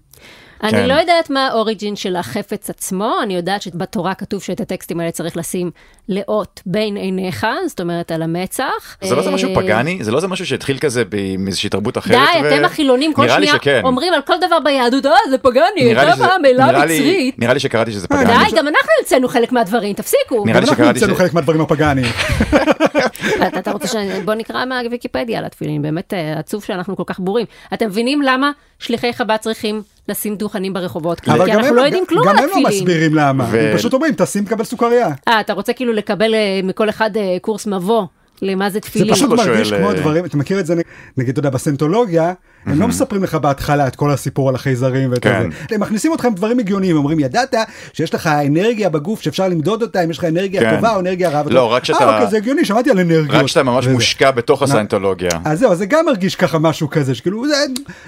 C: כן.
B: אני לא יודעת מה האוריג'ין של החפץ עצמו, אני יודעת שבתורה כתוב שאת הטקסטים האלה צריך לשים לאות בין עיניך, זאת אומרת על המצח.
C: זה לא זה משהו
B: אה,
C: פגאני? זה לא זה משהו שהתחיל כזה ב- מאיזושהי תרבות אחרת?
B: די,
C: ו-
B: אתם החילונים כל
C: נראה לי
B: שנייה
C: שכן.
B: אומרים על כל דבר ביהדות, אה, זה פגאני,
C: נראה לי
B: הייתה
C: שזה-
B: פעם מילה
C: נראה לי-
B: מצרית.
C: נראה לי שקראתי שזה
A: אה,
C: פגאני.
B: די, גם אנחנו המצאנו חלק מהדברים, תפסיקו.
C: נראה
A: גם
C: לי
A: אנחנו
C: שקראתי
A: המצאנו
C: ש-
A: חלק מהדברים הפגאנים.
B: אתה- אתה רוצה ש... בוא נקרא מהוויקיפדיה על התפילין, באמת אה, עצוב שאנחנו כל כך בורים. אתם מבינים למה שליחי חב"ד צריכים לשים דוכנים ברחובות? כי
A: אבל גם
B: אנחנו
A: הם-
B: לא יודעים כלום
A: גם
B: על
A: הם לא
B: התפילין.
A: מסבירים למה.
C: ו-
A: הם פשוט אומרים, תשים תקבל סוכריה.
B: אה, אתה רוצה כאילו לקבל אה, מכל אחד אה, קורס מבוא למה זה
A: זה
B: תפילין.
A: פשוט
C: לא
A: מרגיש
C: שואל,
A: כמו
C: אה,
A: דברים, אתה מכיר את זה נ- נגיד, אתה יודע, בסנטולוגיה, הם לא מספרים לך בהתחלה את כל הסיפור על החייזרים ואת
C: כן.
A: הזה. הם מכניסים אותך עם דברים הגיוניים, אומרים, ידעת שיש לך אנרגיה בגוף שאפשר למדוד אותה, אם יש לך אנרגיה
C: כן.
A: טובה או אנרגיה רעה. ואתה
C: לא,
A: אומר,
C: רק שאתה-
A: אה, אוקיי, זה הגיוני, שמעתי על אנרגיות.
C: רק שאתה ממש
A: וזה. אה,
C: מושקע בתוך
A: נ-
C: הסיינטולוגיה.
A: אז זהו, זה גם מרגיש ככה משהו כזה, שכאילו, זה,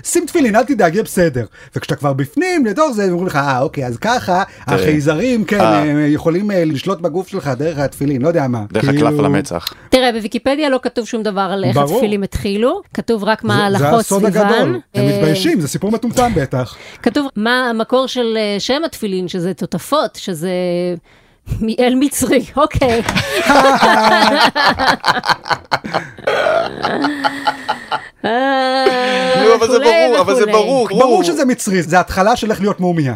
A: שים תפילין, אל תדאג, יהיה בסדר. וכשאתה כבר בפנים, לתוך זה, הם אומרים לך, אה, אוקיי, אז ככה, החייזרים, כן,
C: אה.
A: הם יכולים אה, לשלוט בגוף שלך דרך התפילין, לא יודע מה.
C: דרך
A: כאילו-
C: הקלף על המצח.
B: תראה, בוויקיפדיה לא כתוב שום דבר על איך
A: ברור.
B: התפילים התחילו, כתוב רק מה
A: זה-
B: ההלכות סביבן.
A: זה הסוד הגדול, הם
B: אה,
A: מתביישים, זה סיפור מטומטם בטח.
B: כתוב מה המקור של אה, שם התפילין, שזה תותפות, שזה מאל מצרי, אוקיי. אה,
C: נו, אבל זה
B: וכולי
C: ברור, אבל זה
B: וכולי.
C: ברור.
A: ברור שזה מצרי, זה התחלה של איך להיות מומיה.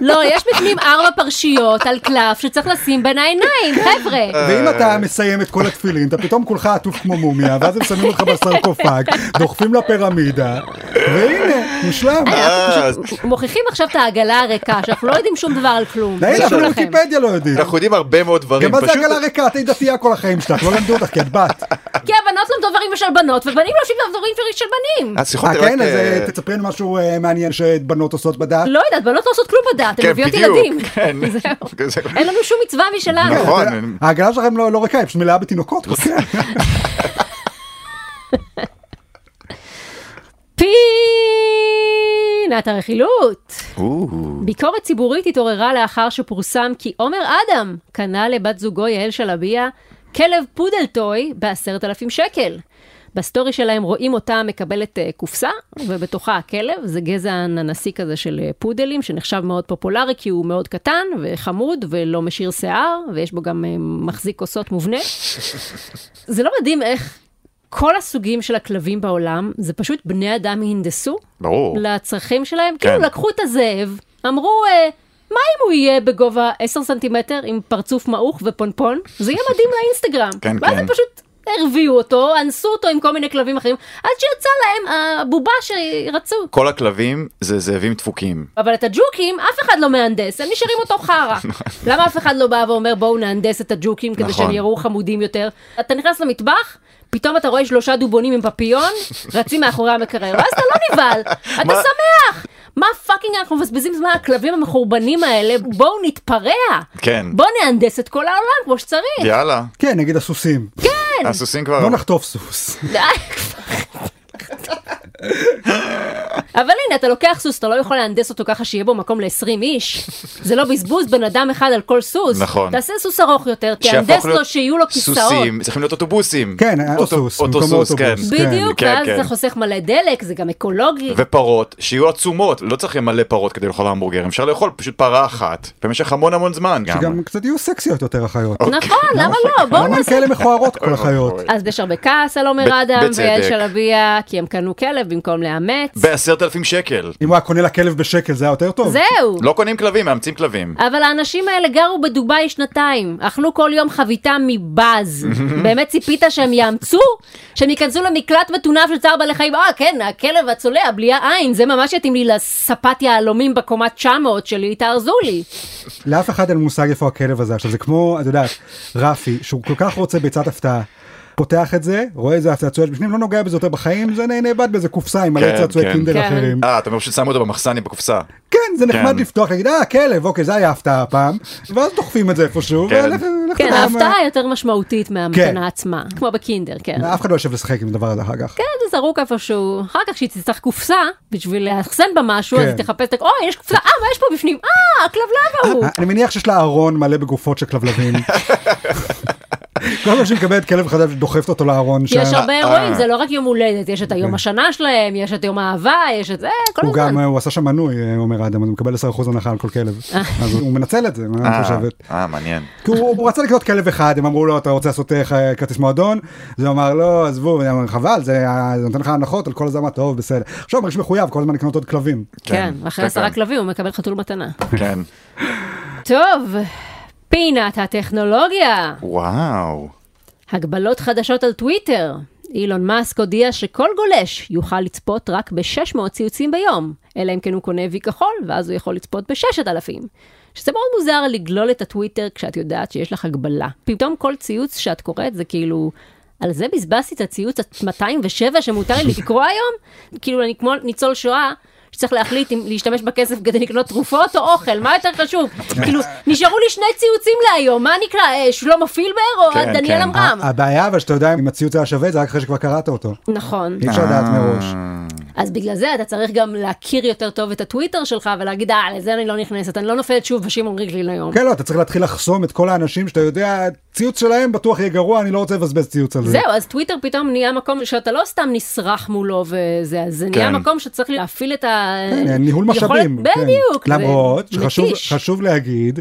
B: לא, יש בפנים ארבע פרשיות על קלף שצריך לשים בין העיניים,
C: אה,
B: חבר'ה.
A: ואם אתה מסיים את כל התפילין, אתה פתאום כולך עטוף כמו מומיה, ואז הם שמים אותך בסרקופג, דוחפים לפירמידה, והנה, מושלם.
C: אה, אז
B: מוכיחים עכשיו את העגלה הריקה, שאנחנו לא יודעים שום דבר על כלום.
A: די,
B: תדעו
A: אפילו
B: לכם.
A: ויקיפדיה לא יודעים.
C: אנחנו יודעים הרבה מאוד דברים.
A: גם מה זה
C: כן, פשוט-
A: עגלה ריקה? את היית דתייה כל החיים שלך, לא למדו אותך כי את בת.
B: כי הבנות לומדות דברים של בנות, ובנים לומדים דברים של בנים.
C: השיחות
A: אה
C: האלה
A: כן,
C: רק,
A: אז אה,
C: אה,
A: תספרי לנו משהו אה, מעניין שבנות עושות בדת.
B: לא יודעת, בנות לא עושות כלום בדת, הן
C: כן,
B: מביאות
C: בדיוק,
B: ילדים.
C: כן.
B: זהו.
C: זה-
B: אין לנו שום מצווה משלנו.
C: נכון.
A: אה, העגלה שלכם לא לא ריקה, היא פשוט מלאה בתינוקות. כן,
B: פינת הרכילות.
C: או,
B: ביקורת ציבורית התעוררה לאחר שפורסם כי עומר אדם קנה לבת זוגו יעל שלביה כלב פודל טוי בעשרת אלפים שקל. בסטורי שלהם רואים אותה מקבלת אה, קופסה, ובתוכה הכלב, זה גזע ננסי כזה של אה, פודלים, שנחשב מאוד פופולרי כי הוא מאוד קטן וחמוד ולא משאיר שיער, ויש בו גם אה, מחזיק כוסות מובנה. זה לא מדהים איך כל הסוגים של הכלבים בעולם, זה פשוט בני אדם הנדסו
C: ברור.
B: לא. לצרכים שלהם.
C: כן.
B: כאילו לקחו את הזאב, אמרו, "אה, מה אם הוא יהיה בגובה 10 סנטימטר עם פרצוף מעוך ופונפון? זה יהיה מדהים לאינסטגרם.
C: כן,
B: ואז
C: כן.
B: הם פשוט הביאו אותו, אנסו אותו עם כל מיני כלבים אחרים, עד שיצא להם הבובה שרצו.
C: כל הכלבים זה זאבים דפוקים.
B: אבל את הג'וקים אף אחד לא מהנדס, הם נשארים אותו חרא. למה אף אחד לא בא ואומר בואו נהנדס את הג'וקים כדי
C: נכון.
B: שהם יראו חמודים יותר? אתה נכנס למטבח, פתאום אתה רואה שלושה דובונים עם פפיון, רצים מאחורי המקרר, ואז אתה לא נבהל, אתה
C: מה-
B: שמח. מה פאקינג אנחנו מבזבזים זמן על הכלבים המחורבנים האלה, בואו נתפרע.
C: כן.
B: בואו נהנדס את כל העולם כמו שצריך.
C: יאללה,
A: כן, נגיד הסוסים.
C: הסוסים כבר...
A: בוא נחטוף סוס.
B: די, כבר. אבל הנה, אתה לוקח סוס, אתה לא יכול להנדס אותו ככה שיהיה בו מקום ל-20 איש. זה לא בזבוז, בן אדם אחד על כל סוס.
C: נכון.
B: תעשה סוס ארוך יותר,
C: שיהפוך
B: תהנדס לו
C: להיות
B: שיהיו לו כיסאות.
C: סוסים, צריכים להיות אוטובוסים.
A: כן,
C: אוטו-
A: אוטוסוס, במקום
C: אוטוסוס, כן.
A: אוטובוס.
B: בדיוק,
C: כן,
B: ואז
C: כן.
B: זה חוסך מלא דלק, זה גם אקולוגי.
C: ופרות שיהיו עצומות, לא צריך מלא פרות כדי לאכול המבורגר, אפשר לאכול פשוט פרה אחת במשך המון המון זמן גם.
A: שגם קצת יהיו סקסיות יותר החיות.
C: אוקיי,
B: נכון, למה לא? בואו
A: למה הן
B: נעשה...
A: כאלה מכוערות כל החיות?
B: אז יש הרבה כעס על
C: ב-
B: עומר אדם
C: בצדק.
B: ויעל שלביה, כי הם קנו כלב במקום לאמץ.
C: בעשרת אלפים שקל.
A: אם הוא היה קונה לה כלב בשקל זה היה יותר טוב?
B: זהו.
C: לא קונים כלבים, מאמצים כלבים.
B: אבל האנשים האלה גרו בדובאי שנתיים, אכלו כל יום חביתה מבאז. באמת ציפית שהם יאמצו? שהם ייכנסו למקלט מטונף של צער בעלי חיים? אה, כן, הכלב הצולע, בלי העין, זה ממש יתאים לי לספת יהלומים בקומה 900 שלי, תארזו לי.
A: לאף אחד אין מושג איפה הכלב הזה עכשיו זה כמו את יודעת רפי שהוא כל כך רוצה ביצת הפתעה. פותח את זה רואה איזה צעצוע יש בפנים לא נוגע בזה יותר בחיים זה נהנה בד באיזה קופסה עם מלא
C: כן,
A: צעצועי
C: כן.
A: קינדר
B: כן.
A: אחרים.
C: אה, אתה אומר פשוט שמו אותו במחסניה בקופסה.
A: כן זה נחמד
C: כן.
A: לפתוח להגיד אה כלב אוקיי זה היה הפתעה הפעם ואז דוחפים את זה איפשהו.
C: כן.
A: ולך- לך
B: כן,
A: תדע מה.
B: ההפתעה יותר משמעותית
A: כן.
B: מהמתנה עצמה, כמו בקינדר, כן.
A: אף אחד לא יושב לשחק עם הדבר הזה אחר כך.
B: כן, זה זרוק איפשהו, אחר כך שהיא תצטרך קופסה בשביל לאחסן בה משהו,
A: כן.
B: אז היא תחפש, אוי, יש קופסה, אה, מה יש פה בפנים? אה, הכלבלב ההוא.
A: אני מניח שיש לה ארון מלא בגופות של כלבלבים. כל פעם שהיא מקבלת כלב חדש דוחפת אותו לארון
B: כי יש
A: שם.
B: הרבה
C: אה,
B: אירועים,
C: אה.
B: זה לא רק יום הולדת, יש את היום השנה שלהם, יש את יום האהבה, יש את זה, כל
A: הוא
B: הזמן.
A: גם, אה, הוא עשה שם מנוי, אה, אומר אדם, אז הוא מקבל 10% הנחה על כל כלב. אז הוא מנצל את זה, מה
C: אה,
A: את חושבת?
C: אה, מעניין.
A: כי הוא הוא רצה לקנות כלב אחד, הם אמרו לו, אתה רוצה לעשות אה, ח- כרטיס מועדון? אז הוא אמר, לא, עזבו, הוא אמר, חבל, זה אה, זה נותן לך הנחות על כל הזמן, טוב, בסדר. עכשיו הוא מרגיש מחויב כל הזמן לקנות עוד כלבים.
B: כן,
C: כן,
B: אחרי
C: כן.
B: עשרה כלבים הוא מקבל חתול מתנה.
C: כן.
B: טוב, פינת הטכנולוגיה.
C: וואו.
B: הגבלות חדשות על טוויטר. אילון מאסק הודיע שכל גולש יוכל לצפות רק ב-600 ציוצים ביום, אלא אם כן הוא קונה וי כחול, ואז הוא יכול לצפות ב-6,000. שזה מאוד מוזר לגלול את הטוויטר כשאת יודעת שיש לך הגבלה. פתאום כל ציוץ שאת קוראת זה כאילו על זה בזבזתי את הציוץ ה-207 שמותר לי לקרוא היום? כאילו אני כמו ניצול שואה. שצריך להחליט אם להשתמש בכסף כדי לקנות תרופות או אוכל, מה יותר חשוב? כאילו, נשארו לי שני ציוצים להיום, מה נקרא, אה, שלמה פילבר או
C: כן,
B: אה, דניאל
C: כן.
A: אה,
B: עמרם?
A: הבעיה אבל שאתה יודע אם הציוץ היה שווה את זה רק אחרי שכבר קראת אותו.
B: נכון.
A: אי אפשר לדעת מראש.
B: אז בגלל זה אתה צריך גם להכיר יותר טוב את הטוויטר שלך ולהגיד, אה, לזה אני לא נכנסת, אני לא נופלת שוב בשמעון ריגלין היום.
A: כן, לא, אתה צריך להתחיל לחסום את כל האנשים שאתה יודע, ציוץ שלהם בטוח יהיה גרוע, אני לא רוצה לבזבז ציוץ על זה.
B: זהו, אז טוויטר פתאום נהיה מקום שאתה לא סתם נסרח מולו וזה, אז זה נהיה
C: כן.
B: מקום שצריך להפעיל את ה...
A: כן, ניהול
B: יכולת-
A: משאבים. כן.
B: בדיוק. זה
A: למרות שחשוב
B: מתיש.
A: חשוב להגיד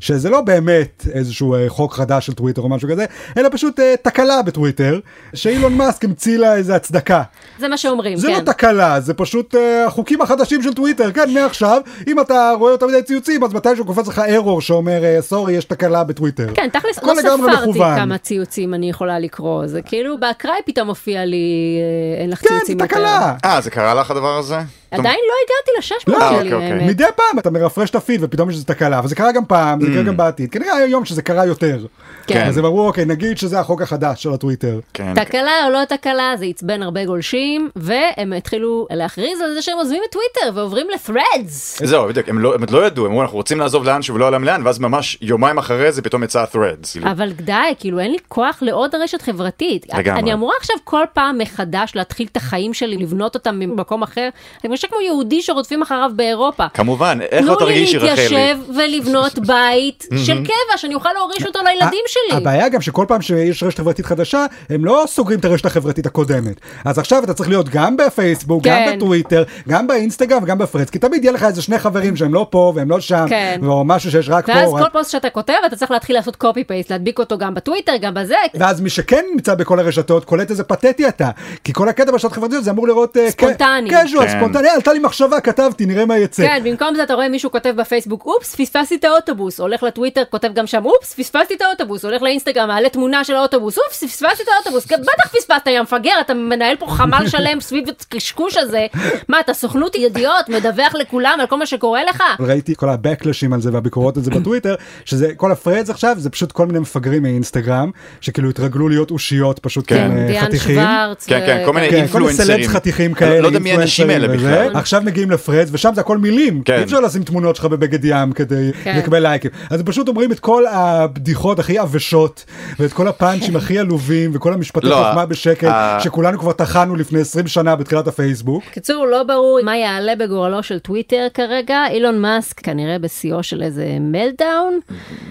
A: שזה לא באמת איזשהו אה, חוק חדש של טוויטר או משהו כזה, אלא פשוט אה, תקלה בטוויטר, שאילון מאסק המציא לה איזה הצדקה.
B: זה מה שאומרים,
A: זה
B: כן.
A: לא תקלה, זה פשוט אה, החוקים החדשים של טוויטר, כן, מעכשיו, אם אתה רואה יותר מדי ציוצים, אז מתישהו קופץ לך ארור שאומר, אה, סורי, יש תקלה בטוויטר.
B: כן, תכלס,
A: הכל
B: לא
A: לגמרי
B: ספרתי
A: מכוון.
B: כמה ציוצים אני יכולה לקרוא, זה כאילו באקראי פתאום הופיע לי, אה, אין לך
A: כן,
B: ציוצים
A: זה
B: יותר.
A: תקלה.
C: אה, זה קרה לך הדבר הזה?
B: עדיין לא הגעתי לשש מאות
A: לא,
B: שלי,
C: אוקיי,
B: האמת.
C: אוקיי.
A: מדי פעם אתה מרפרש את הפיד ופתאום יש איזה תקלה, אבל זה קרה גם פעם, זה קרה גם בעתיד. כנראה היה יום שזה קרה יותר.
B: כן.
A: אז הם אמרו, אוקיי, נגיד שזה החוק החדש של הטוויטר.
C: כן.
B: תקלה או לא תקלה, זה עצבן הרבה גולשים, והם התחילו להכריז על זה שהם עוזבים את טוויטר ועוברים ל-threads.
C: זהו, בדיוק, הם לא הם עוד לא ידעו, הם אמרו, אנחנו רוצים לעזוב לאנשהו ולא עליהם לאן, ואז ממש יומיים אחרי זה פתאום יצא ה-threads. כאילו.
B: אבל די, כאילו אין לי כוח לעוד רשת חברתית.
C: לגמרי.
B: אני אמורה עכשיו כל פעם מחדש להתחיל את החיים שלי, לבנות אותם ממקום אחר. אני מרגישה כמו יהודי שרודפים אחריו באירופה.
C: כמובן, איך לא תרגישי
B: תנו לי
C: רחלי?
B: להתיישב ולבנות בית של קבע שאני אוכל להוריש אותו לילדים שלי.
A: אה, הבעיה גם שכל פעם שיש רשת חברתית חדשה, הם לא סוגרים את הרשת החברתית הקודמת. אז עכשיו אתה צריך להיות גם בפייסבוק, גם
B: כן.
A: בטוויטר, גם באינסטגרם, גם בפרץ, כי תמיד יהיה לך איזה שני חברים שהם לא פה והם לא שם,
B: כן.
A: או משהו שיש רק פה.
B: ואז
A: רק-
B: כל פוסט שאתה כותב אתה צריך להתחיל לעשות קופי פייסט, להדביק אותו גם בטוויטר, גם בזה.
A: ואז מי שכן נמצא בכל הרשתות קולט איזה פתטי אתה כי כל הקטע ברשתות חברתיות זה אמור לראות
B: ספונטני.
A: קז'ואל
C: כן.
A: ספונטני אה, עלתה לי מחשבה כתבתי נראה מה יצא
B: כן, במקום זה אתה רואה מישהו כותב בפייסבוק, אופס, פספסתי את האוטובוס. הולך לטוויטר, כותב גם שם, אופס, פספסתי את האוטובוס. הולך לאינסטגרם, מעלה תמונה של האוטובוס, אופס, פספסתי את האוטובוס. כן, בטח פספסת, יא מפגר, אתה מנהל פה חמל שלם סביב הקשקוש הזה. מה, אתה סוכנות ידיעות, מדווח לכולם על כל מה שקורה לך?
A: אבל ראיתי כל הבקלשים על זה והביקורות על זה בטוויטר שזה כל הפרדס עכשיו זה פשוט כל מיני מפגרים מאינסטגרם שכאילו התרגלו להיות אושיות פשוט
C: כן,
A: כאלה,
B: דיאן
A: חתיכים.
B: שוורץ.
C: כן,
B: ו-
C: כן, כל מיני
A: כן, כל מיני
C: אינפלואנסרים.
A: סלבס חתיכים
C: אני
A: כאלה,
C: לא יודע מי האנשים האלה
A: אינפלואנסרים
C: בכלל.
A: וזה. עכשיו מגיעים לפרדס ושם זה הכל מילים,
C: כן.
A: אי אפשר לשים תמונות שלך בבגד ים כדי
B: כן.
A: לקבל לייקים. אז הם פשוט אומרים את כל הבדיחות הכי עבשות ואת כל הפאנצ'ים הכי עלובים וכל המשפטי
C: לא,
A: חוכמה בשקט
C: ה-
A: שכולנו כבר טחנו לפני 20 שנה בתחילת הפייסבוק.
B: קיצור, לא ברור מה יעלה בגורלו של טוויטר כרגע. אילון מאסק כנראה בשיאו של איזה מלדאון.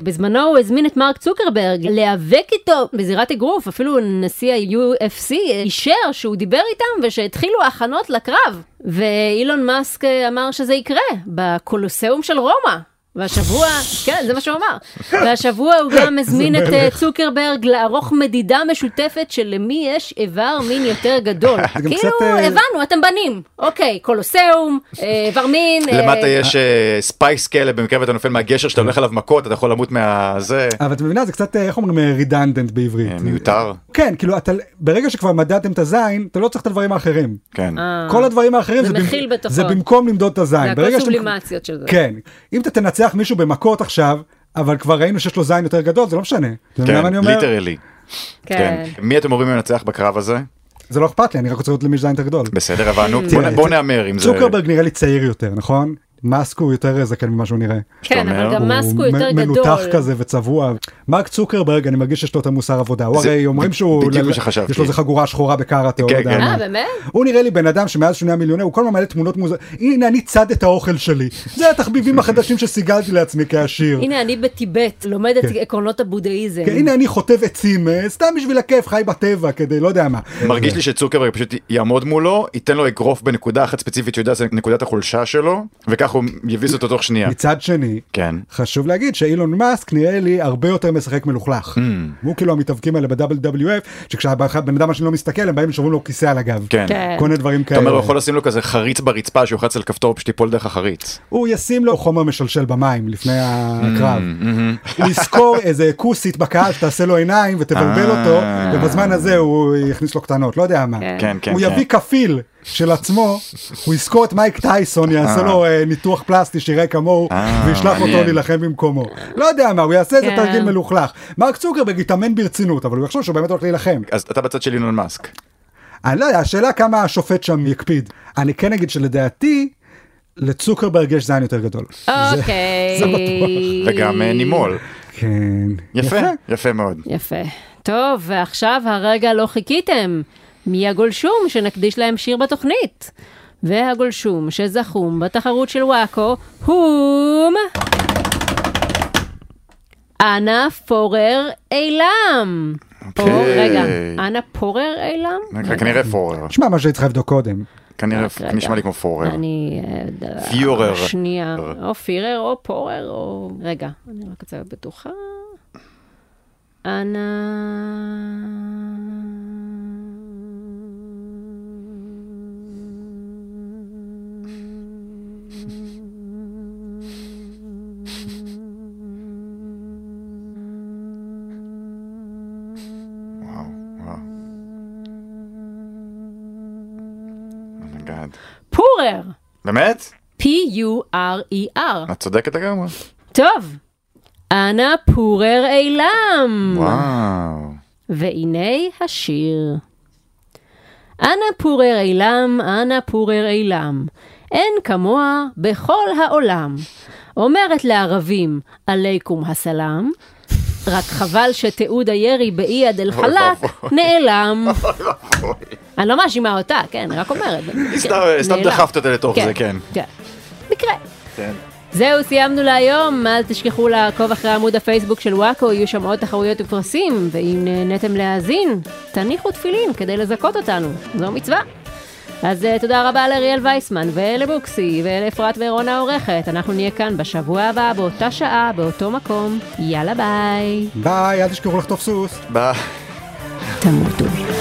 B: בזמנו הוא הזמין את מרק צוקרברג להיאבק איתו בזירת אגרוף, אפילו נשיא ה-UFC אישר שהוא דיבר איתם ושהתחילו ההכנות לקרב. ואילון מאסק אה, אמר שזה יקרה בקולוסיאום של רומא. והשבוע, כן, זה מה שהוא אמר. והשבוע הוא גם הזמין את אה, צוקרברג לערוך מדידה משותפת של למי יש איבר מין יותר גדול.
A: זה גם
B: כאילו,
A: קצת, אה,
B: הבנו. נו, אתם בנים. אוקיי, קולוסיאום, אה, איבר מין. אה,
C: למטה יש אה, ספייס כאלה במקרה ואתה נופל מהגשר שאתה הולך עליו מכות אתה יכול למות מהזה
A: אבל את מבינה זה קצת כן. אה, איך אומרים רידנדנט בעברית.
C: אה, מיותר
A: כן כאילו אתה ברגע שכבר מדדתם את הזין אתה לא צריך את הדברים האחרים.
C: כן
B: אה,
A: כל הדברים האחרים
B: זה
A: במ-
B: מכיל בתוכו.
A: זה במקום למדוד את הזין.
B: זה הכל
A: ברגע שאתם-
B: סובלימציות של זה.
A: כן, אם אתה תנצח מישהו במכות עכשיו, אבל כבר ראינו שיש לו זין יותר גדול, זה לא משנה. אתה מבין מה אני
C: כן
A: אומר?
C: ליטרלי כן מי אתם אומרים לנצח בקרב הזה
A: זה לא אכפת לי, אני רק רוצה לראות למי יש זין יותר גדול.
C: בסדר הבנו בוא נ- בוא נהמר עם זה
A: כן. צוקרברג נראה לי צעיר יותר, נכון? מאסק הוא יותר זקן ממה שהוא נראה.
B: כן, אבל
C: אומר,
B: גם מאסק הוא
A: מ-
B: יותר גדול.
A: מנותח כזה וצבוע. מרק צוקרברג, אני מרגיש שיש לו את המוסר עבודה. הוא
C: זה
A: הרי אומרים שהוא...
C: בדיוק
A: ל-
C: מה שחשבתי.
A: יש לו איזה חגורה שחורה בקארטה. או
C: כן,
A: לא יודע
C: כן.
A: מה.
B: אה, באמת?
A: הוא נראה לי בן אדם שמאז שהוא נהיה מיליונר הוא כל הזמן מעלה תמונות מוזר. הנה אני צד את האוכל שלי. זה התחביבים החדשים שסיגלתי לעצמי כעשיר.
B: הנה, אני בטיבט, לומד את עקרונות הבודהיזם.
A: כן, הנה אני חוטב עצים, אה, סתם בשביל הכיף, חי בטבע, כדי לא יודע מה.
C: מרגיש לי שצוקרברג פשוט יעמוד מולו ייתן לו אגרוף בנקודה אחת ספציפית שהוא יודע זה נקודת החולשה שלו וכך הוא יביס אותו תוך שנייה
A: מצד שני,
C: כן
A: חשוב להגיד שאילון מאסק נראה לי הרבה יותר משחק
C: Mm.
A: מלוכלך. הוא כאילו המתאבקים האלה ב-WWF, שכשהבן אדם השני לא מסתכל, הם באים ושוברים לו כיסא על הגב.
C: כן.
B: כן.
A: כל מיני דברים
C: אתה אומר
A: כאלה.
C: הוא יכול לשים לו כזה חריץ ברצפה שהוא ילחץ על כפתור פשוט ייפול דרך החריץ.
B: כן.
A: הוא ישים לו חומר משלשל במים לפני הקרב.
C: Mm-hmm,
A: הוא יזכור איזה כוסית בקהל שתעשה לו עיניים ותבלבל
C: אה.
A: אותו, ובזמן הזה הוא יכניס לו קטנות, לא יודע מה.
B: כן.
C: כן כן.
A: הוא
C: כן.
A: יביא כפיל של עצמו, הוא יזכור את מייק טייסון, יעשה לו אה, ניתוח פלסטי שיראה כמוהו,
C: אה,
A: וישלח אותו
C: מעניין.
A: להילחם במקומו. לא יודע מה, הוא יעשה איזה
B: כן.
A: תרגיל מלוכלך. מרק צוקרברג יתאמן ברצינות, אבל הוא יחשוב שהוא באמת הולך להילחם.
C: אז אתה בצד של אילון מאסק.
A: אני לא יודע, השאלה כמה השופט שם יקפיד. אני כן אגיד שלדעתי, לצוקרברג יש זין יותר גדול.
B: אוקיי.
A: זה בטוח.
C: וגם אה, נימול.
A: כן.
C: יפה, יפה מאוד.
B: יפה. טוב, ועכשיו הרגע לא חיכיתם. מי הגולשום שנקדיש להם שיר בתוכנית? והגולשום שזכום בתחרות של וואקו, הום! אנה פורר אילם! או,
C: אוקיי.
B: רגע, אנה פורר אילם?
C: רק כנראה פורר.
A: תשמע מה שהיית צריך לבדוק קודם.
C: כנראה
B: רק רגע.
C: נשמע לי כמו פורר.
B: אני... אה, ד-
C: פיורר.
B: שנייה, או פירר או פורר או... רגע, אני רק רוצה להיות בטוחה. אנה...
C: וואו, וואו. אומייגאד.
B: פורר!
C: Oh באמת?
B: P-U-R-E-R.
C: את צודקת לגמרי.
B: E טוב, אנה פורר אילם.
C: וואו.
B: והנה השיר. אנה פורר אילם, אנה פורר אילם, אין כמוה בכל העולם. אומרת לערבים, עליכום הסלאם, רק חבל שתיעוד הירי באי עד אל-חלאק
C: אוי ואבוי.
B: נעלם. אני לא מאשימה אותה, כן, רק אומרת. כן,
C: סתם- סתם
B: נעלם.
C: דחפת אותה לתוך זה, כן.
B: כן, מקרה.
C: כן.
B: זהו, סיימנו להיום. אל תשכחו לעקוב אחרי עמוד הפייסבוק של וואקו, יהיו שם עוד תחרויות ופרסים, ואם נהניתם להאזין, תניחו תפילין כדי לזכות אותנו. זו מצווה. אז uh, תודה רבה לאריאל וייסמן ולבוקסי ולאפרת ורונה העורכת. אנחנו נהיה כאן בשבוע הבא, באותה שעה, באותו מקום. יאללה ביי.
A: ביי, אל תשכחו לחטוף סוס.
C: ביי.
B: תמותו.